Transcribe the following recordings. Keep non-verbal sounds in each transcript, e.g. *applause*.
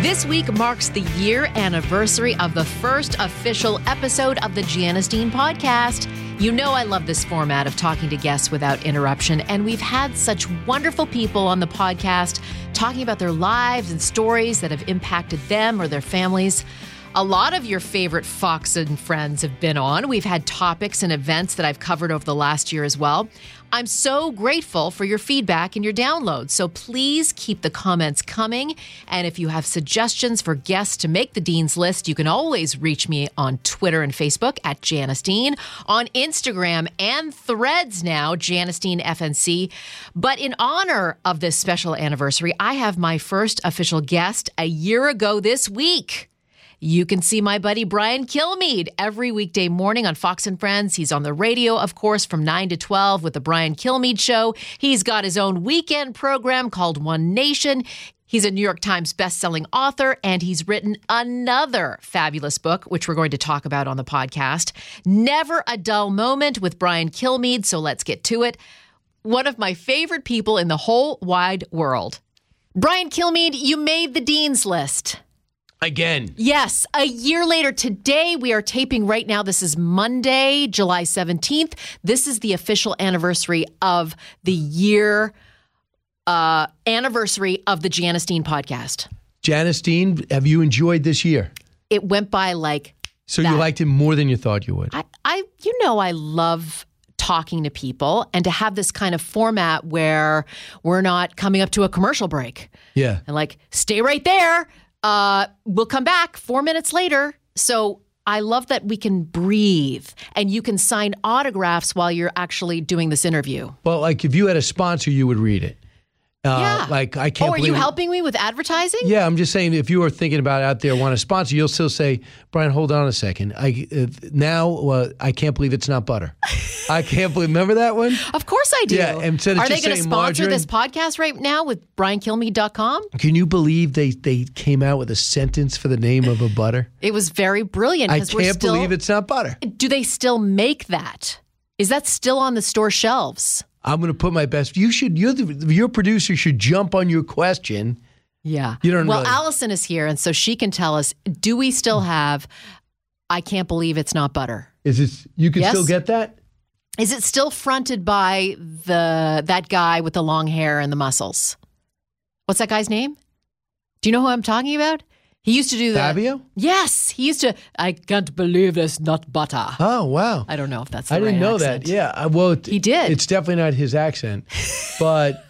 This week marks the year anniversary of the first official episode of the Janice Dean podcast. You know, I love this format of talking to guests without interruption, and we've had such wonderful people on the podcast talking about their lives and stories that have impacted them or their families. A lot of your favorite Fox and friends have been on. We've had topics and events that I've covered over the last year as well. I'm so grateful for your feedback and your downloads. So please keep the comments coming. And if you have suggestions for guests to make the Dean's List, you can always reach me on Twitter and Facebook at Janice Dean, on Instagram and threads now, Janice Dean FNC. But in honor of this special anniversary, I have my first official guest a year ago this week. You can see my buddy Brian Kilmeade every weekday morning on Fox and Friends. He's on the radio, of course, from 9 to 12 with The Brian Kilmeade Show. He's got his own weekend program called One Nation. He's a New York Times bestselling author, and he's written another fabulous book, which we're going to talk about on the podcast Never a Dull Moment with Brian Kilmeade. So let's get to it. One of my favorite people in the whole wide world. Brian Kilmeade, you made the Dean's List. Again. Yes, a year later today, we are taping right now. This is Monday, July 17th. This is the official anniversary of the year uh, anniversary of the Janice Dean podcast. Janice Dean, have you enjoyed this year? It went by like, So That- you liked him more than you thought you would. I, I, you know, I love talking to people and to have this kind of format where we're not coming up to a commercial break. yeah. and like stay right there uh we'll come back 4 minutes later so I love that we can breathe and you can sign autographs while you're actually doing this interview. But like if you had a sponsor, you would read it. Uh, yeah. Like I can't Oh, are you believe- helping me with advertising? Yeah, I'm just saying if you are thinking about out there want to sponsor, you'll still say, Brian, hold on a second. I uh, now uh, I can't believe it's not butter. *laughs* I can't believe. Remember that one? Of course I do. Yeah, instead of Are they just gonna saying sponsor margarine- this podcast right now with briankilmeade.com? Can you believe they they came out with a sentence for the name of a butter? It was very brilliant I because we're can't still believe it's not butter. Do they still make that? Is that still on the store shelves? I'm going to put my best. You should. You're the, your producer should jump on your question. Yeah. You don't well, really- Allison is here, and so she can tell us do we still have I Can't Believe It's Not Butter? Is this you can Yes. still get that? Is it still fronted by the that guy with the long hair and the muscles? What's that guy's name? Do you know who I'm talking about? He used to do that. Fabio? Yes, he used to. I can't believe it's not butter. Oh wow! I don't know if that's. The I didn't right know accent. that. Yeah. I- Well, it- He did. It's definitely not his accent, *laughs* but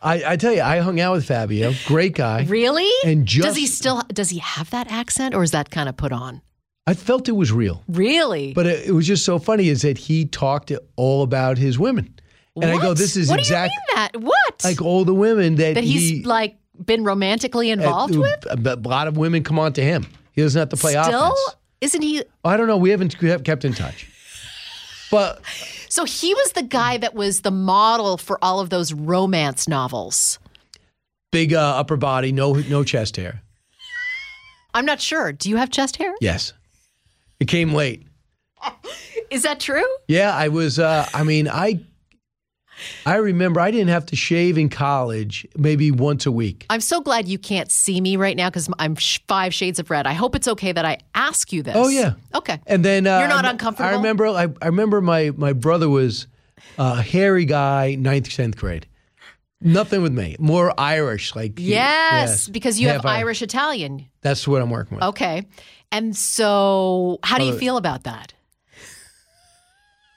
I, I tell you, I hung out with Fabio. Great guy. Really? And does just- he still does he have that accent, or is that kind of put on? I felt it was real, Really? but it, it was just so funny is that he talked all about his women, and I go, What? this is what exact do you mean that? What? like all the women that, that he's he, like been romantically involved a, with A lot of women come on to him. He doesn't have to play still offense. isn't he I don't know. We haven't we have kept in touch, but so he was the guy that was the model for all of those romance novels big uh, upper body, no no chest hair. i'm not sure do you have chest hair Yes, it came late. is that true Yeah, I was. Uh, I mean, I I remember I didn't have to shave in college, maybe once a week. i'm so glad you can't see me right now because i'm sh- five shades of red i hope it's okay that i ask you this Oh, yeah. okay And then uh, You're not I- uncomfortable? I remember. I, I remember my my brother was a hairy guy, ninth tenth grade. Nothing with me. More Irish, like yes, because you have Half Ir- irish italian That's what I'm working with. okay and so how do you feel about that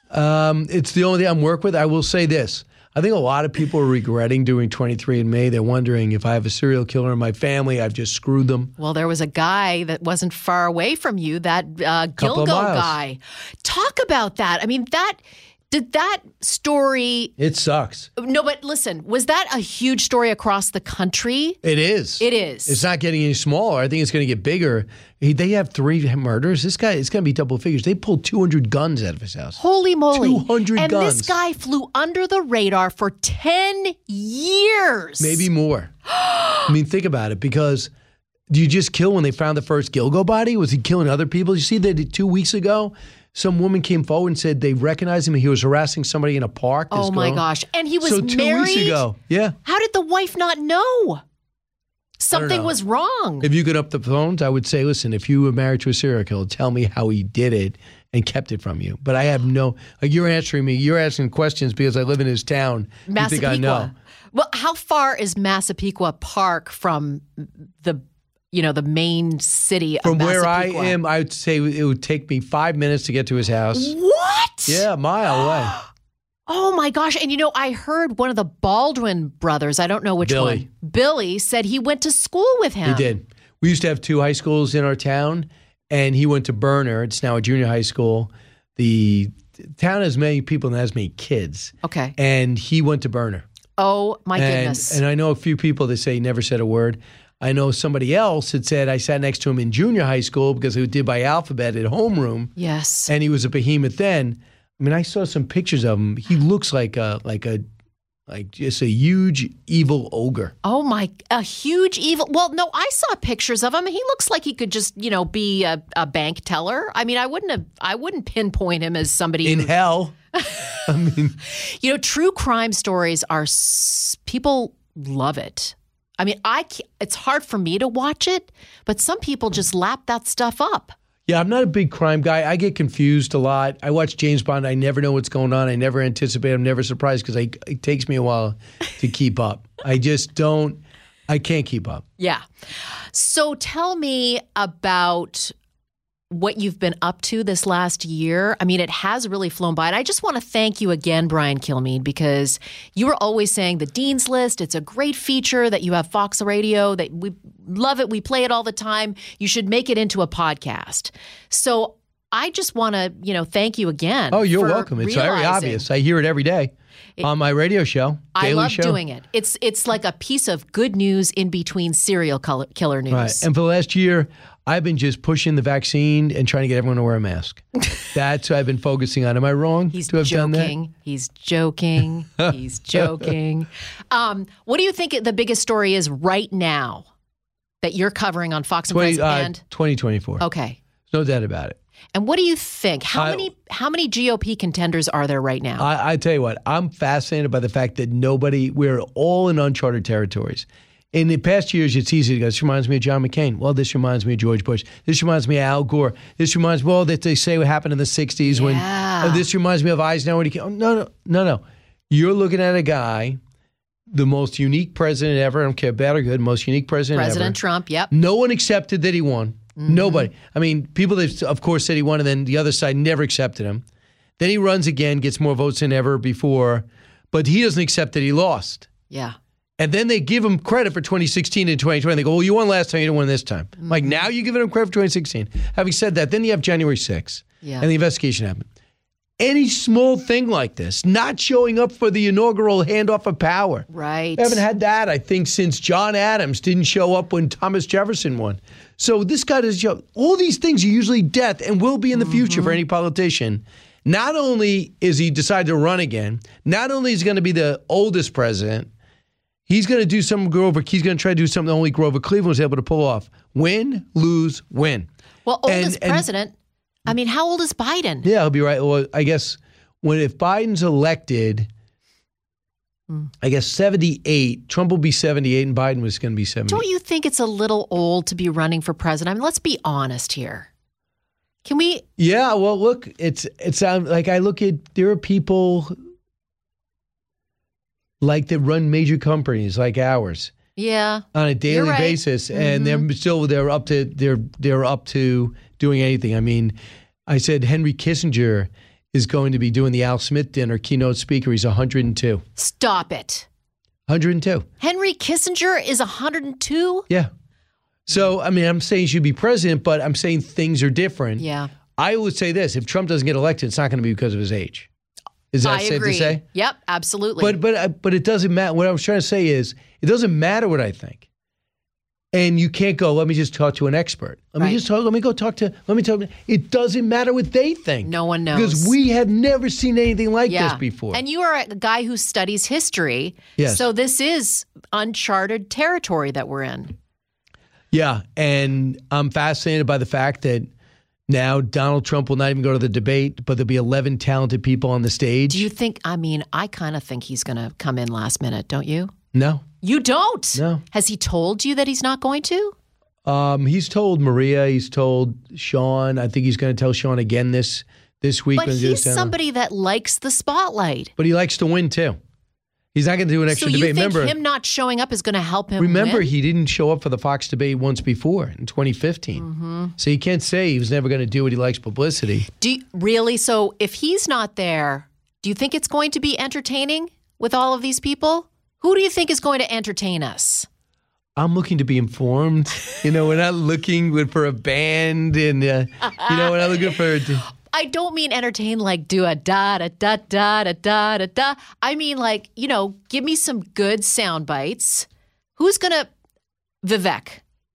Um, it's the only thing I'm working with. I will say this. I think a lot of people are regretting doing 23andMe. They're wondering if I have a serial killer in my family, I've just screwed them. Well, there was a guy that wasn't far away from you, that uh, Couple Gilgo of miles. guy. Talk about that. I mean, that Did that story? It sucks. No, but listen, was that a huge story across the country? It is. It is. It's not getting any smaller. I think it's going to get bigger. He, they have three murders. This guy, it's going to be double figures. They pulled 200 guns out of his house. Holy moly! 200 and guns. this guy flew under the radar for ten years. Maybe more. *gasps* I mean, think about it because do you just kill when they found the first Gilgo body? Was he killing other people? You see that two weeks ago, some woman came forward and said they recognized him. He was harassing somebody in a park. this Oh my girl. gosh! And he was so two married. weeks ago. Yeah. How did the wife not know? Something know. was wrong. If you could up the phones, I would say, listen, if you were married to a serial killer, tell me how he did it and kept it from you. But I have no, like you're answering me, you're asking questions because I live in his town. You think Massapequa. I know. Well, how far is Massapequa Park from the you know the main city From of where I Massapequa? am, I would say it would take me five minutes to get to his house. What? Yeah, a mile *gasps* away. Oh my gosh! And you know, I heard one of the Baldwin brothers. I don't know which Billy. one. Billy said he went to school with him. He did. We used to have two high schools in our town, and he went to Burner. It's now a junior high school. The town has many people and has many kids. Okay. And he went to Burner. Oh my and, goodness. And I know a few people that say he never said a word. I know somebody else that said I sat next to him in junior high school because he did by alphabet at homeroom, yes. and he was a behemoth then. I mean, I saw some pictures of him. He looks like a like a like just a huge evil ogre. oh my! A huge evil. Well, no, I saw pictures of him. He looks like he could just you know be a, a bank teller. I mean, I wouldn't have. I wouldn't pinpoint him as somebody In who- hell, You know, true crime stories are s- people love it. I mean, I ca it's hard for me to watch it, but some people just lap that stuff up. Yeah, I'm not a big crime guy. I get confused a lot. I watch James Bond. I never know what's going on. I never anticipate. I'm never surprised because it takes me a while to keep up. I just don't. I can't keep up. Yeah. So tell me about what you've been up to this last year. I mean, it has really flown by. And I just want to thank you again, Brian Kilmeade, because you were always saying the Dean's List, it's a great feature that you have Fox Radio, that we love it. We play it all the time. You should make it into a podcast. So I just want to, you know, thank you again. Oh, you're for welcome. It's very realizing- obvious. I hear it every day on my radio show. I Daily love show. doing it. It's it's like a piece of good news in between serial color- killer news. Right. And for the last year, I've been just pushing the vaccine and trying to get everyone to wear *laughs* a mask. That's what I've been focusing on. Am I wrong He's to have joking. done that? He's joking. *laughs* He's joking. Um, what do you think the biggest story is right now that you're covering on Fox and Friends? Twenty- uh, and 2024. okay. No doubt about it. And what do you think? How I- many how many GOP contenders are there right now? I, I tell you what, I'm fascinated by the fact that nobody, we're all in uncharted territories. In the past years, it's easy to go, this reminds me of John McCain. Well, this reminds me of George Bush. This reminds me of Al Gore. This reminds me, well, that they say what happened in the 60s when, oh, this reminds me of Eisenhower. When he came. Oh, no, no, no, no. You're looking at a guy, the most unique president ever. I don't care, bad or good, most unique president, ever. President Trump. Yep. No one accepted that he won. Nobody. I mean, people that of course said he won, and then the other side never accepted him. Then he runs again, gets more votes than ever before, but he doesn't accept that he lost. Yeah. And then they give him credit for 2016 and 2020. They go, well, you won last time, you didn't win this time. I'm Like, now you're giving him credit for 2016. Having said that, then you have January 6th Yeah. and the investigation happened. Any small thing like this, not showing up for the inaugural handoff of power. Right. We haven't had that, I think, since John Adams didn't show up when Thomas Jefferson won. So this guy does show. All these things are usually death and will be in the future for any politician. Not only is he decided to run again, not only is he going to be the oldest president, he's going to do something Grover. He's going to try to do something only Grover Cleveland was able to pull off: win, lose, win. well, and- oldest and- president. I mean, how old is Biden? Yeah, he'll be right. Well, I guess when if Biden's elected, I guess seventy eight. Trump will be seventy eight, and Biden was going to be seventy. Don't you think it's a little old to be running for president? I mean, let's be honest here. Can we Yeah, well, look, it's it's um, like I look at there are people like that run major companies like ours Yeah. on a daily right. Mm-hmm. basis, and they're still they're up to they're they're up to doing anything. I mean, I said Henry Kissinger is going to be doing the Al Smith dinner keynote speaker. He's 102, Stop it. 102. Henry Kissinger is 102? Yeah. So I mean, I'm saying he should be president, but I'm saying things are different. Yeah. I would say this: if Trump doesn't get elected, it's not going to be because of his age. Is that I safe agree. to say? Yep, absolutely. But but I- but it doesn't matter. What I was trying to say is, it doesn't matter what I think. And you can't go. Let me just talk to an expert. Let Right. me just talk. Let me go talk to. Let me talk. It doesn't matter what they think. No one knows. because we have never seen anything like yeah. this before. And you are a guy who studies history. Yes. So this is uncharted territory that we're in. yeah, and I'm fascinated by the fact that now Donald Trump will not even go to the debate, but there'll be 11 talented people on the stage. Do you think, I mean, I kind of think he's going to come in last minute, don't you? no. You don't. No. Has he told you that he's not going to? Um, he's told Maria. He's told Sean. I think he's going to tell Sean again this this week. But when he he's goes down. somebody that likes the spotlight. But he likes to win too. He's not going to do an So extra you debate. think remember, him not showing up is going to help him? remember, win? he didn't show up for the Fox debate once before in 2015. Mm-hmm. So you can't say he was never going to do what he likes publicity. Do you- really? So if he's not there, do you think it's going to be entertaining with all of these people? Who do you think is going to entertain us? I'm looking to be informed. You know, we're not looking with- for a band, and uh, you know, we're not looking for. I don't mean entertain like do a da da da da da da da da. I mean like you know, give me some good sound bites. Who's gonna Vivek?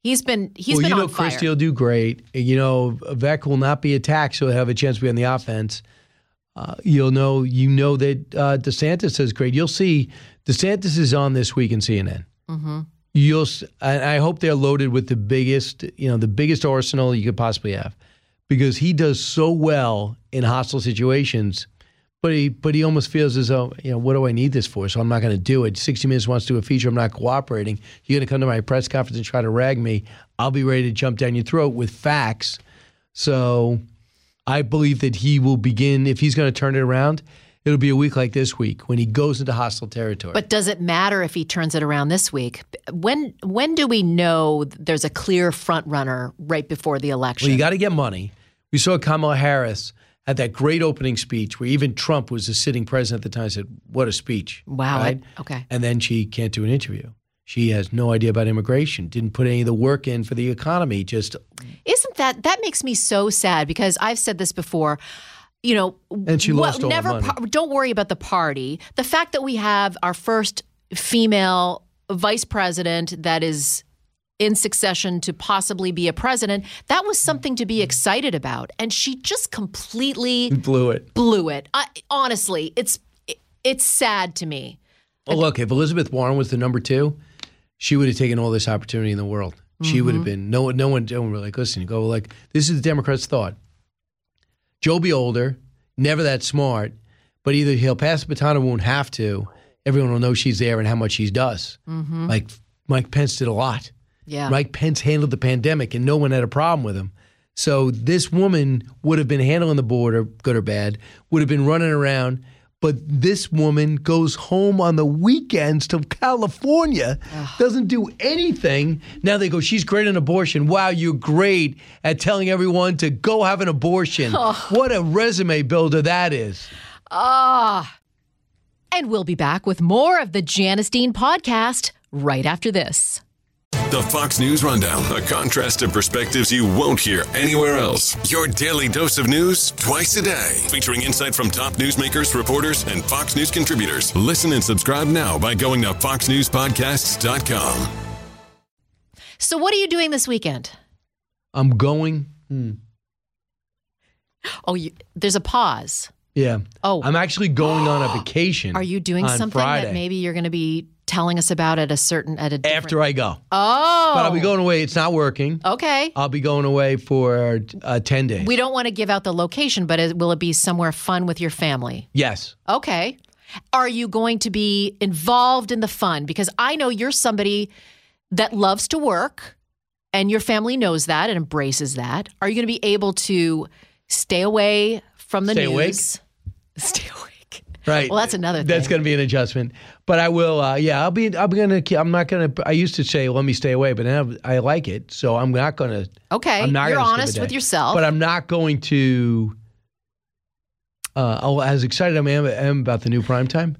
He's been he's well, been you know, on fire. Christie will do great. You know, Vec will not be attacked, so he'll have a chance to be on the offense. Uh, you'll know, you know that uh, DeSantis is great. You'll see DeSantis is on this week in CNN. Mm-hmm. You'll, s- and I hope they're loaded with the biggest, you know, the biggest arsenal you could possibly have, because he does so well in hostile situations. But he, but he almost feels as though, you know, what do I need this for? So I'm not going to do it. 60 Minutes wants to do a feature. I'm not cooperating. You're going to come to my press conference and try to rag me. I'll be ready to jump down your throat with facts. So I believe that he will begin, if he's going to turn it around, it'll be a week like this week when he goes into hostile territory. But does it matter if he turns it around this week? When when do we know there's a clear front runner right before the election? Well, you got to get money. We saw Kamala Harris had that great opening speech where even Trump was the sitting president at the time said, "What a speech!" Wow, I- okay. And then she can't do an interview. She has no idea about immigration. Didn't put any of the work in for the economy. Just Isn't that that makes me so sad because I've said this before. You know, And she lost all her never money. par- don't worry about the party. The fact that we have our first female vice president that is in succession to possibly be a president, that was something to be excited about. And she just completely blew it. blew it. I, honestly, it's it, it's sad to me. Well, look, if Elizabeth Warren was the number two, she would have taken all this opportunity in the world. She would have been no one, no one, no one. Were like, listen, you go like this is the Democrats' thought. Joe be older, never that smart, but either he'll pass the baton or won't have to. Everyone will know she's there and how much she does. Like Mike Pence did a lot. Yeah. Mike Pence handled the pandemic and no one had a problem with him. So this woman would have been handling the border, good or bad, would have been running around. But this woman goes home on the weekends to California, doesn't do anything. Now they go, she's great on abortion. Wow, you're great at telling everyone to go have an abortion. What a resume builder that is. And we'll be back with more of the Janice Dean podcast right after this. The Fox News Rundown, a contrast of perspectives you won't hear anywhere else. Your daily dose of news twice a day, featuring insight from top newsmakers, reporters, and Fox News contributors. Listen and subscribe now by going to foxnewspodcasts.com. So, what are you doing this weekend? I'm going. Hmm. Oh, you, there's a pause. Yeah. Oh. I'm actually going on *gasps* a vacation. Are you doing on something Friday that maybe you're going to be telling us about at a certain at a different, after I go? Oh, But I'll be going away. It's not working. Okay, I'll be going away for uh, 10 days. we don't want to give out the location, but it, will it be somewhere fun with your family? yes. Okay, are you going to be involved in the fun? Because I know you're somebody that loves to work, and your family knows that and embraces that. Are you going to be able to stay away from the Stay awake? news? Stay *laughs* awake. Right. Well, that's another That's thing. going to be an adjustment. But I will, uh, yeah, I'll be, I'm going to, I'm not going to, I used to say, let me stay away, but now I like it. So I'm not going to, Okay, I'm not you're gonna skip a honest day. with yourself. But I'm not going to, uh, oh, as excited I am, am about the new primetime,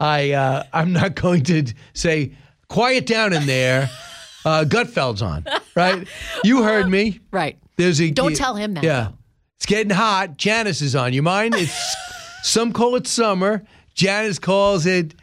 I, uh, I'm not going to say, quiet down *laughs* in there, uh, Gutfeld's on, right? You Uh, heard me. right. There's a Don't tell him that, *laughs* Yeah, it's getting hot. Janice is on. You mind? It's Some call it summer. Janice calls it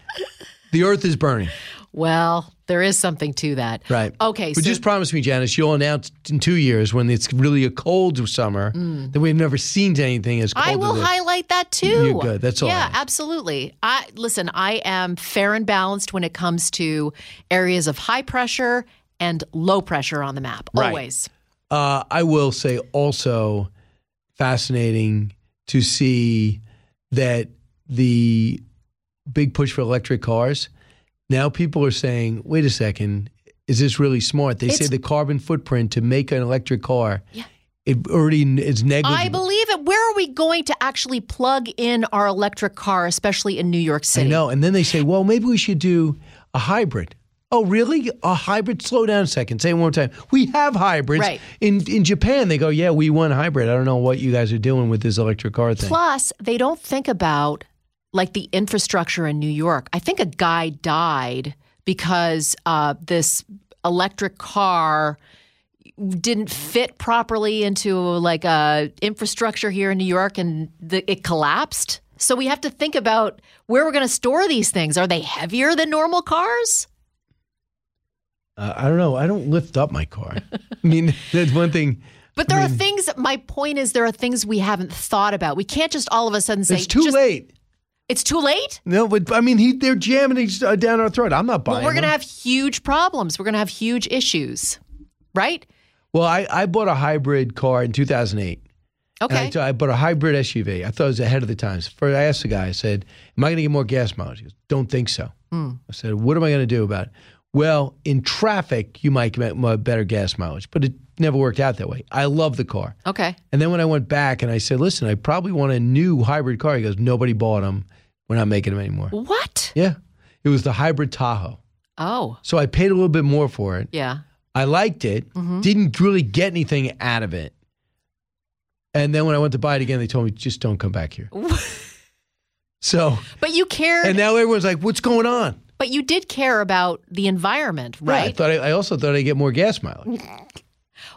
the earth is burning. Well, there is something to that. Right. Okay. But so just promise me, Janice, you'll announce in two years when it's really a cold summer that we've never seen anything as cold. Mm. I as will this. highlight that too. You're good. That's all I Yeah, have. absolutely. I listen. I am fair and balanced when it comes to areas of high pressure and low pressure on the map. Right. Always. Uh, I will say also fascinating to see that the big push for electric cars. Now people are saying, wait a second, is this really smart? They say It's- the carbon footprint to make an electric car, it already n- is negligible. I believe it. Where are we going to actually plug in our electric car, especially in New York I City? know. And then they say, well, maybe we should do a hybrid. Oh, really? A hybrid? Slow down a second. Say it one more time. We have hybrids. Right. In in Japan, they go, yeah, we want hybrid. I don't know what you guys are doing with this electric car thing. Plus, they don't think about like the infrastructure in New York. I think a guy died because uh, this electric car didn't fit properly into like a infrastructure here in New York, and the, it collapsed. So we have to think about where we're going to store these things. Are they heavier than normal cars? Uh, I don't know. I don't lift up my car. *laughs* I mean, that's one thing. But there are things. My point is, there are things we haven't thought about. We can't just all of a sudden say It's too just- late. It's too late. No, but I mean, he, they're jamming it uh, down our throat. I'm not buying. Well, we're going to them. have huge problems. We're going to have huge issues, right? Well, I, I bought a hybrid car in 2008. And I Okay. t- I, bought a hybrid SUV. I thought it was ahead of the times. First, I asked the guy, I said, Am I going to get more gas mileage? He goes, Don't think so. Hmm. I said, What am I going to do about it? Well, in traffic, you might get mo- better gas mileage, but it never worked out that way. I love the car. Okay. And then when I went back and I said, Listen, I probably want a new hybrid car, he goes, Nobody bought them. We're not making them anymore. What? Yeah. It was the hybrid Tahoe. Oh, So I paid a little bit more for it. yeah. I liked it. Didn't really get anything out of it. And then when I went to buy it again, they told me just don't come back here. so But you cared. and now everyone's like, "What's going on?" but you did care about the environment, Yeah, I right? thought I, I also thought I'd get more gas mileage.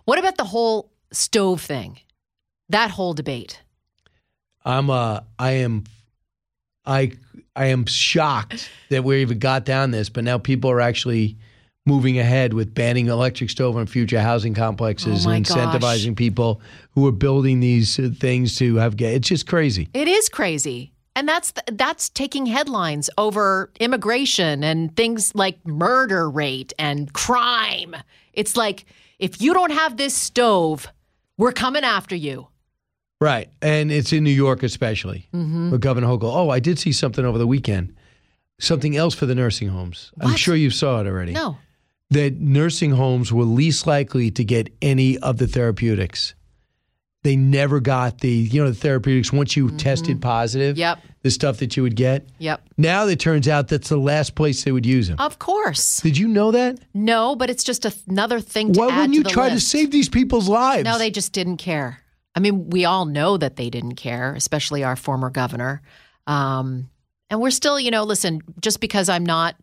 what about the whole stove thing? That whole debate. I'm uh I am I I am shocked that we even got down this, but now people are actually moving ahead with banning electric stove on future housing complexes Oh my and incentivizing people who are building these uh, things to have gas. It's just crazy. It is crazy. And that's th- that's taking headlines over immigration and things like murder rate and crime. It's like if you don't have this stove, we're coming after you. Right. And it's in New York, especially. Mm-hmm. With Governor Hochul. Oh, I did see something over the weekend. Something else for the nursing homes. I'm What? sure you saw it already. No. That nursing homes were least likely to get any of the therapeutics. They never got the, you know, the therapeutics once you tested positive. Mm-hmm. Yep. The stuff that you would get. Yep. Now it turns out that's the last place they would use them. Of course. Did you know that? No, but it's just a, another thing to Why add wouldn't to you the try list. to save these people's lives? No, they just didn't care. I mean, we all know that they didn't care, especially our former governor. Um, and we're still, you know, listen, just because I'm not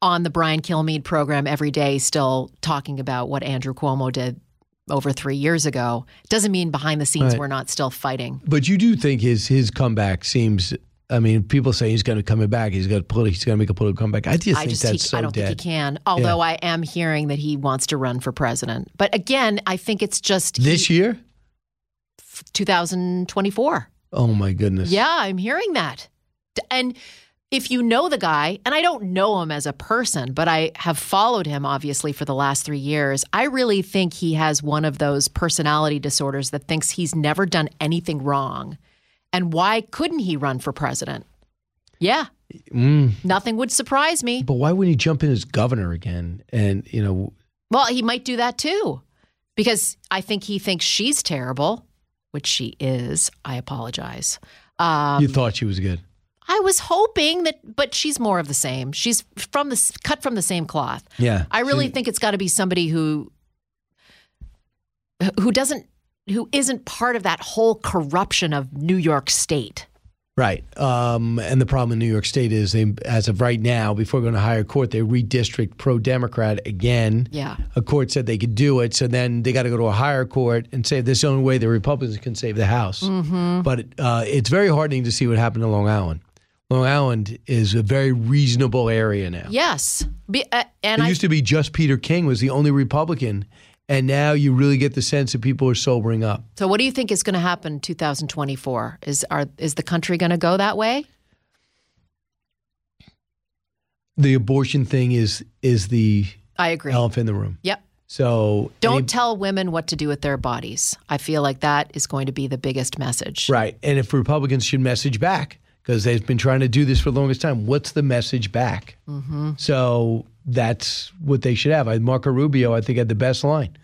on the Brian Kilmeade program every day, still talking about what Andrew Cuomo did over three years ago, doesn't mean behind the scenes Right. we're not still fighting. But you do think his his comeback seems. I mean, people say he's going to come back. He's going to politi- He's going to make a political comeback. I just I think just that's he, so I don't dead. think he can. Although I am hearing that he wants to run for president. But again, I think it's just he- This year? 2024. Oh my goodness! Yeah, I'm hearing that. D- And if you know the guy, and I don't know him as a person, but I have followed him obviously for the last three years, I really think he has one of those personality disorders that thinks he's never done anything wrong. And why couldn't he run for president? Yeah. Nothing would surprise me. Mm. But why wouldn't he jump in as governor again? And you know, Well, he might do that too, because I think he thinks she's terrible, which she is. I apologize. Um, you thought she was good. I was hoping that, but she's more of the same. She's from the cut from the same cloth. Yeah. I really She- think it's got to be somebody who who doesn't who isn't part of that whole corruption of New York State. Right. Um, and the problem in New York State is, they, as of right now, before going to higher court, they redistrict pro Democrat again. Yeah. A court said they could do it. So then they got to go to a higher court and say this is the only way the Republicans can save the House. But uh, it's very heartening to see what happened to Long Island. Long Island is a very reasonable area now. Yes. Be, uh, and It I, used to be just Peter King was the only Republican, and now you really get the sense that people are sobering up. so, what do you think is going to happen in 2024? Is are is the country going to go that way? The abortion thing is is the I agree. elephant in the room. Yep. So Don't any- tell women what to do with their bodies. I feel like that is going to be the biggest message. Right. And if Republicans should message back, because they've been trying to do this for the longest time, what's the message back? So that's what they should have. I, Marco Rubio, I think, had the best line.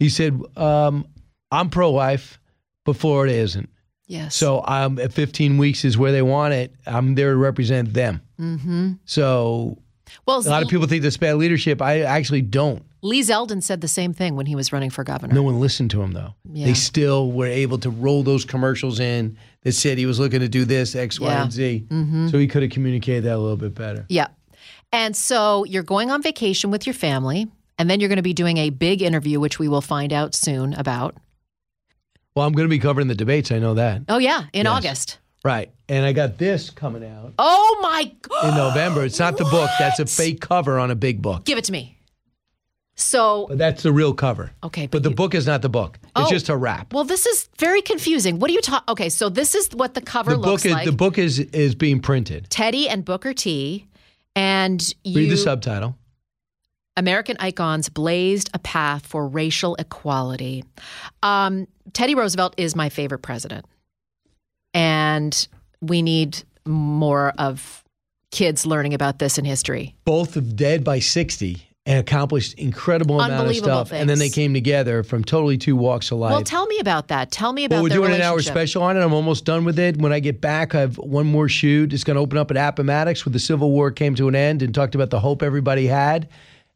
He said, um, I'm pro life, but Florida isn't. Yes. So um, at 15 weeks is where they want it. I'm there to represent them. Mm-hmm. So well, a lot of people think that's bad leadership. I actually don't. Lee Zeldin said the same thing when he was running for governor. No one listened to him though. Yeah. They still were able to roll those commercials in that said he was looking to do this X, Y, Yeah. Mm-hmm. and Z. So he could have communicated that a little bit better. Yeah. And so you're going on vacation with your family, and then you're going to be doing a big interview, which we will find out soon about. Well, I'm going to be covering the debates. I know that. Oh, yeah, in Yes. August. Right. And I got this coming out Oh, my *gasps* in God. November. It's not the book. That's a fake cover on a big book. Give it to me. So, But that's the real cover. Okay, But, but the you- book is not the book. It's Oh. just a wrap. well, this is very confusing. What are you talking? Okay, so this is what the cover the looks book is like. the book is is being printed. Teddy and Booker T. And you, Read the subtitle. American icons blazed a path for racial equality. Um, Teddy Roosevelt is my favorite president. And we need more of kids learning about this in history. both of dead by 60 and accomplished incredible amount of Unbelievable stuff. And then they things. came together from totally two walks of life. Well, tell me about that. Tell me about Well, we're their doing an hour relationship. special on it. I'm almost done with it. When I get back, I have one more shoot. It's going to open up at Appomattox where the Civil War came to an end and talked about the hope everybody had.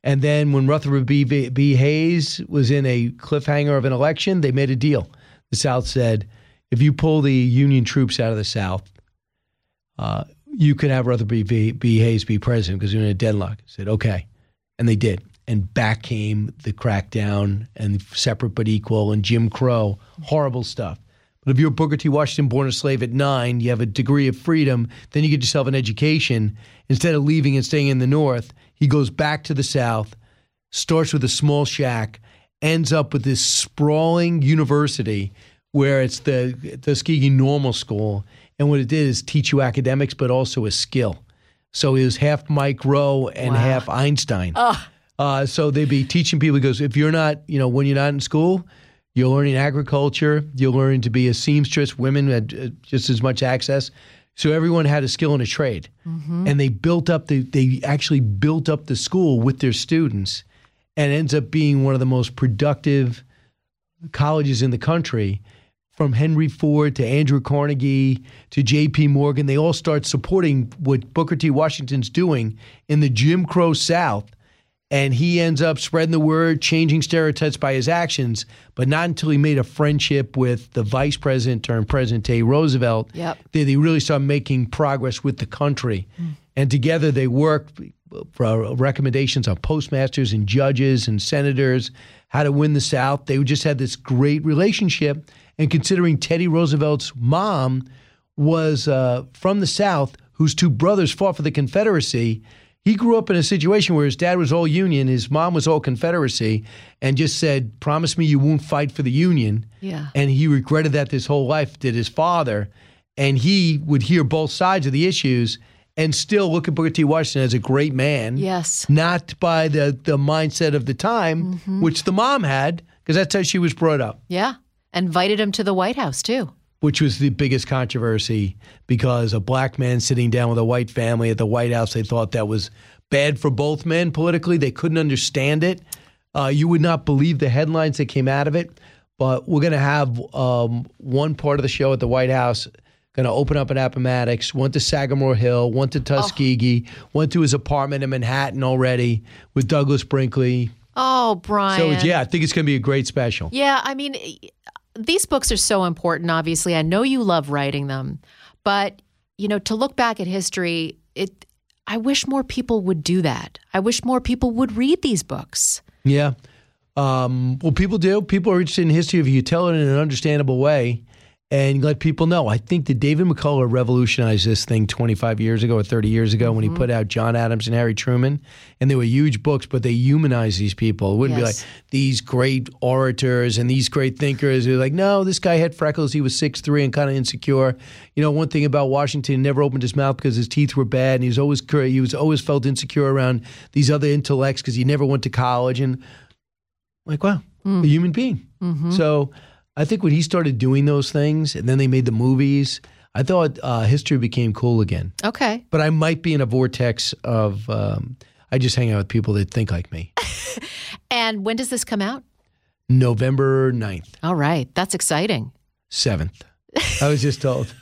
And then when Rutherford B. V- B. Hayes was in a cliffhanger of an election, they made a deal. The South said, if you pull the Union troops out of the South, uh, you can have Rutherford B. B. B. Hayes be president because you're in a deadlock. I said, okay. And they did. And back came the crackdown and separate but equal and Jim Crow, horrible stuff. But if you're Booker T. Washington, born a slave at nine, you have a degree of freedom, then you get yourself an education. Instead of leaving and staying in the North, he goes back to the South, starts with a small shack, ends up with this sprawling university where it's the Tuskegee Normal School. And what it did is teach you academics, but also a skill. So he was half Mike Rowe and half Einstein. Uh, so they'd be teaching people. He goes, if you're not, you know, when you're not in school, you're learning agriculture. You're learning to be a seamstress. Women had uh, just as much access. So everyone had a skill and a trade, and they built up the. They actually built up the school with their students, and ends up being one of the most productive colleges in the country. From Henry Ford to Andrew Carnegie to J.P. Morgan, they all start supporting what Booker T. Washington's doing in the Jim Crow South and he ends up spreading the word, changing stereotypes by his actions, but not until he made a friendship with the vice president turned President Teddy Roosevelt Yep. did he really start making progress with the country. And together they worked for recommendations on postmasters and judges and senators, how to win the South. They just had this great relationship. And considering Teddy Roosevelt's mom was uh, from the South, whose two brothers fought for the Confederacy. He grew up in a situation where his dad was all Union, his mom was all Confederacy, and just said, Promise me you won't fight for the Union. Yeah. And he regretted that his whole life, did his father. And he would hear both sides of the issues and still look at Booker T. Washington as a great man. Yes. Not by the, the mindset of the time, Mm-hmm. which the mom had, because that's how she was brought up Yeah. Invited him to the White House, too. which was the biggest controversy because a black man sitting down with a white family at the White House, they thought that was bad for both men politically. They couldn't understand it. Uh, you would not believe the headlines that came out of it. But we're going to have um, one part of the show at the White House. Going to open up at Appomattox, went to Sagamore Hill, went to Tuskegee, went to his apartment in Manhattan already with Douglas Brinkley. Oh, Brian. So, yeah, I think it's going to be a great special. Yeah, I mean, e, these books are so important, obviously. I know you love writing them, but you know, to look back at history, it I wish more people would do that. I wish more people would read these books. Yeah. Um, well, people do. People are interested in history if you tell it in an understandable way and let people know. I think that David McCullough revolutionized this thing 25 years ago or 30 years ago when he put out John Adams and Harry Truman. And they were huge books, but they humanized these people. It wouldn't Yes. be like these great orators and these great thinkers. It was like, no, this guy had freckles. He was 6'3 and kind of insecure. You know, one thing about Washington, he never opened his mouth because his teeth were bad. And he was always, cur- he was always felt insecure around these other intellects because he never went to college. And like wow, Hmm. a human being. Mm-hmm. So I think when he started doing those things, and then they made the movies, I thought uh, history became cool again. Okay. But I might be in a vortex of um, I just hang out with people that think like *laughs* me. And when does this come out? November 9th, All right. That's exciting. seventh. I was *laughs* just told.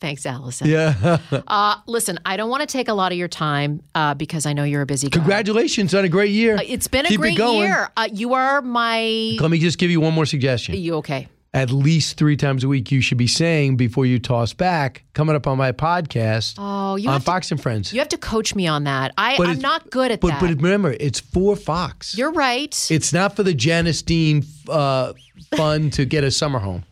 Thanks, Allison. Yeah. *laughs* Uh, listen, I don't want to take a lot of your time uh, because I know you're a busy guy. Congratulations on a great year. Uh, It's been a Keep great it going. year. Uh, you are my. Let me just give you one more suggestion. You okay? At least three times a week, you should be saying before you toss back, coming up on my podcast Oh, you on have to, Fox and Friends. you have to coach me on that. I, But Eh, I'm it's- not good at but, that. but remember, it's for Fox. you're right. It's not for the Janice Dean uh, fun to get a *laughs* summer home,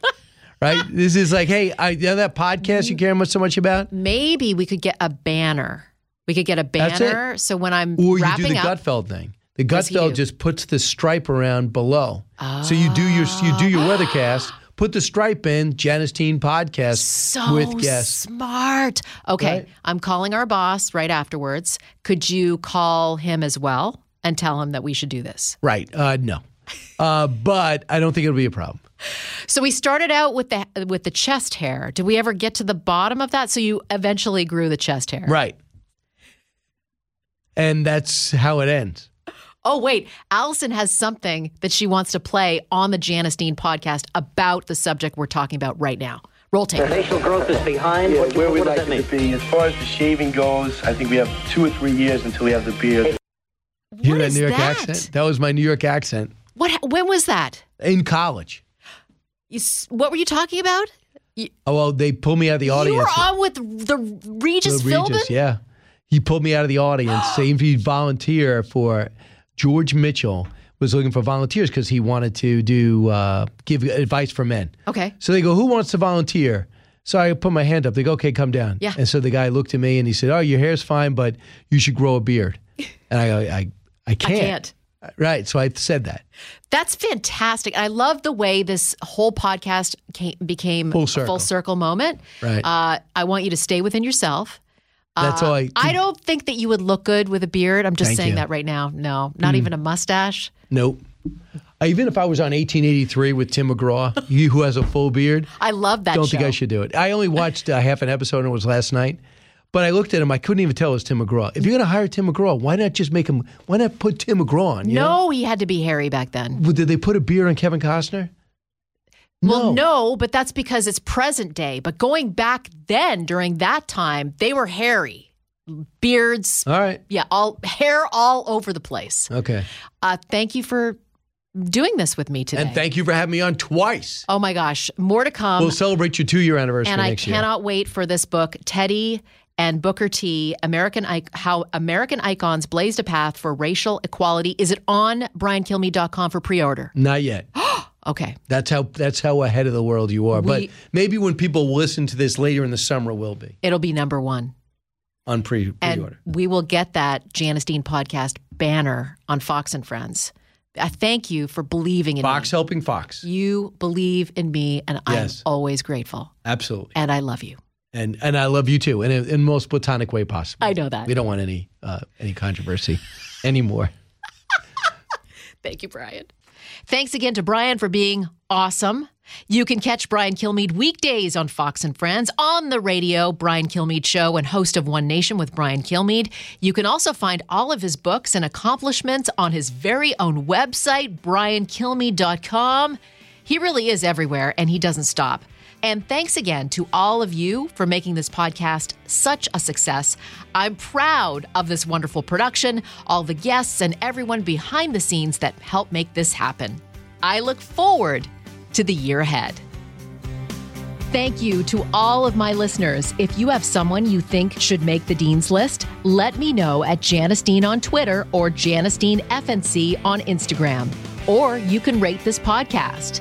right? This is like, hey, I, you know that podcast Mm-hmm. you care much so much about, Maybe we could get a banner. We could get a That's it. banner. So when I'm or you do wrapping the up, Gutfeld thing. The does he Gutfeld do? just puts the stripe around below, so you do your you do your weathercast. Put the stripe in Janice Dean podcast so with guests. smart. Okay, Right. I'm calling our boss right afterwards. Could you call him as well and tell him that we should do this? Right? Uh, no, uh, but I don't think it'll be a problem. So we started out with the with the chest hair. Did we ever get to the bottom of that? So you eventually grew the chest hair. Right. And that's how it ends. Oh wait, Allison has something that she wants to play on the Janice Dean podcast about the subject we're talking about right now. Roll tape. Facial growth is behind. Yeah, what where we what does like that mean? it to be. As far as the shaving goes, I think we have two or three years until we have the beard. What You hear that is New York that? accent? That was my New York accent What? When was that? in college. You, s- what were you talking about? Oh well, they pulled me out of the audience. You were on with the Regis The Philbin. Regis, yeah. He pulled me out of *gasps* the audience, saying if he'd volunteer for George Mitchell was looking for volunteers because he wanted to do uh, give advice for men. Okay. So they go, who wants to volunteer? So I put my hand up. They go, okay, come down. Yeah. And so the guy looked at me and he said, oh, your hair's fine, but you should grow *laughs* a beard. And I go, I, I I can't. can't. Right. So I said that. That's fantastic. I love the way this whole podcast came, became Full a circle. full circle moment. Right. Uh, I want you to stay within yourself. That's all I. Uh, I don't think that you would look good with a beard. I'm just Thank saying you. Hmm. that right now. No, not even a mustache. Nope. Uh, Even if I was on 1883 with Tim McGraw, you who has a full beard, I love that don't show. think I should do it. I only watched uh, half an episode and it was last night. But I looked at him. I couldn't even tell it was Tim McGraw. If you're going to hire Tim McGraw, why not just make him? Why not put Tim McGraw on? You know? No, he had to be hairy back then. Well, did they put a beard on Kevin Costner? Well, no, but that's because it's present day. But going back then, during that time, they were hairy, beards, All right. yeah, all hair all over the place. Okay. Uh, thank you for doing this with me today. And thank you for having me on twice. oh my gosh, more to come. we'll celebrate your two-year anniversary Um, and I next year. cannot wait for this book, Teddy and Booker T. American I- How American Icons Blazed a Path for Racial Equality. Is it on briankilmeade.com for pre-order? Not yet. Okay, That's how. That's how ahead of the world you are. but We- maybe when people listen to this later in the summer, it will be it'll be number one, on pre and pre-order. we will get that Janice Dean podcast banner on Fox and Friends. I thank you for believing in Fox me. helping Fox. You believe in me, and Yes. I'm always grateful. Absolutely. And I love you. and and I love you too, in in most platonic way possible. I know that. we don't want any uh, any controversy anymore. Thank you, Brian. Thanks again to Brian for being awesome. You can catch Brian Kilmeade weekdays on Fox and Friends, on the radio, Brian Kilmeade Show, and host of One Nation with Brian Kilmeade. You can also find all of his books and accomplishments on his very own website, briankilmeade.com. He really is everywhere and he doesn't stop. And thanks again to all of you for making this podcast such a success. I'm proud of this wonderful production, all the guests, and everyone behind the scenes that helped make this happen. I look forward to the year ahead. Thank you to all of my listeners. If you have someone you think should make the Dean's List, let me know at Janice Dean on Twitter or Janice Dean FNC on Instagram. Or you can rate this podcast.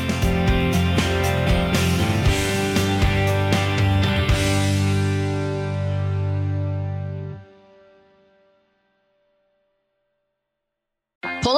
Pull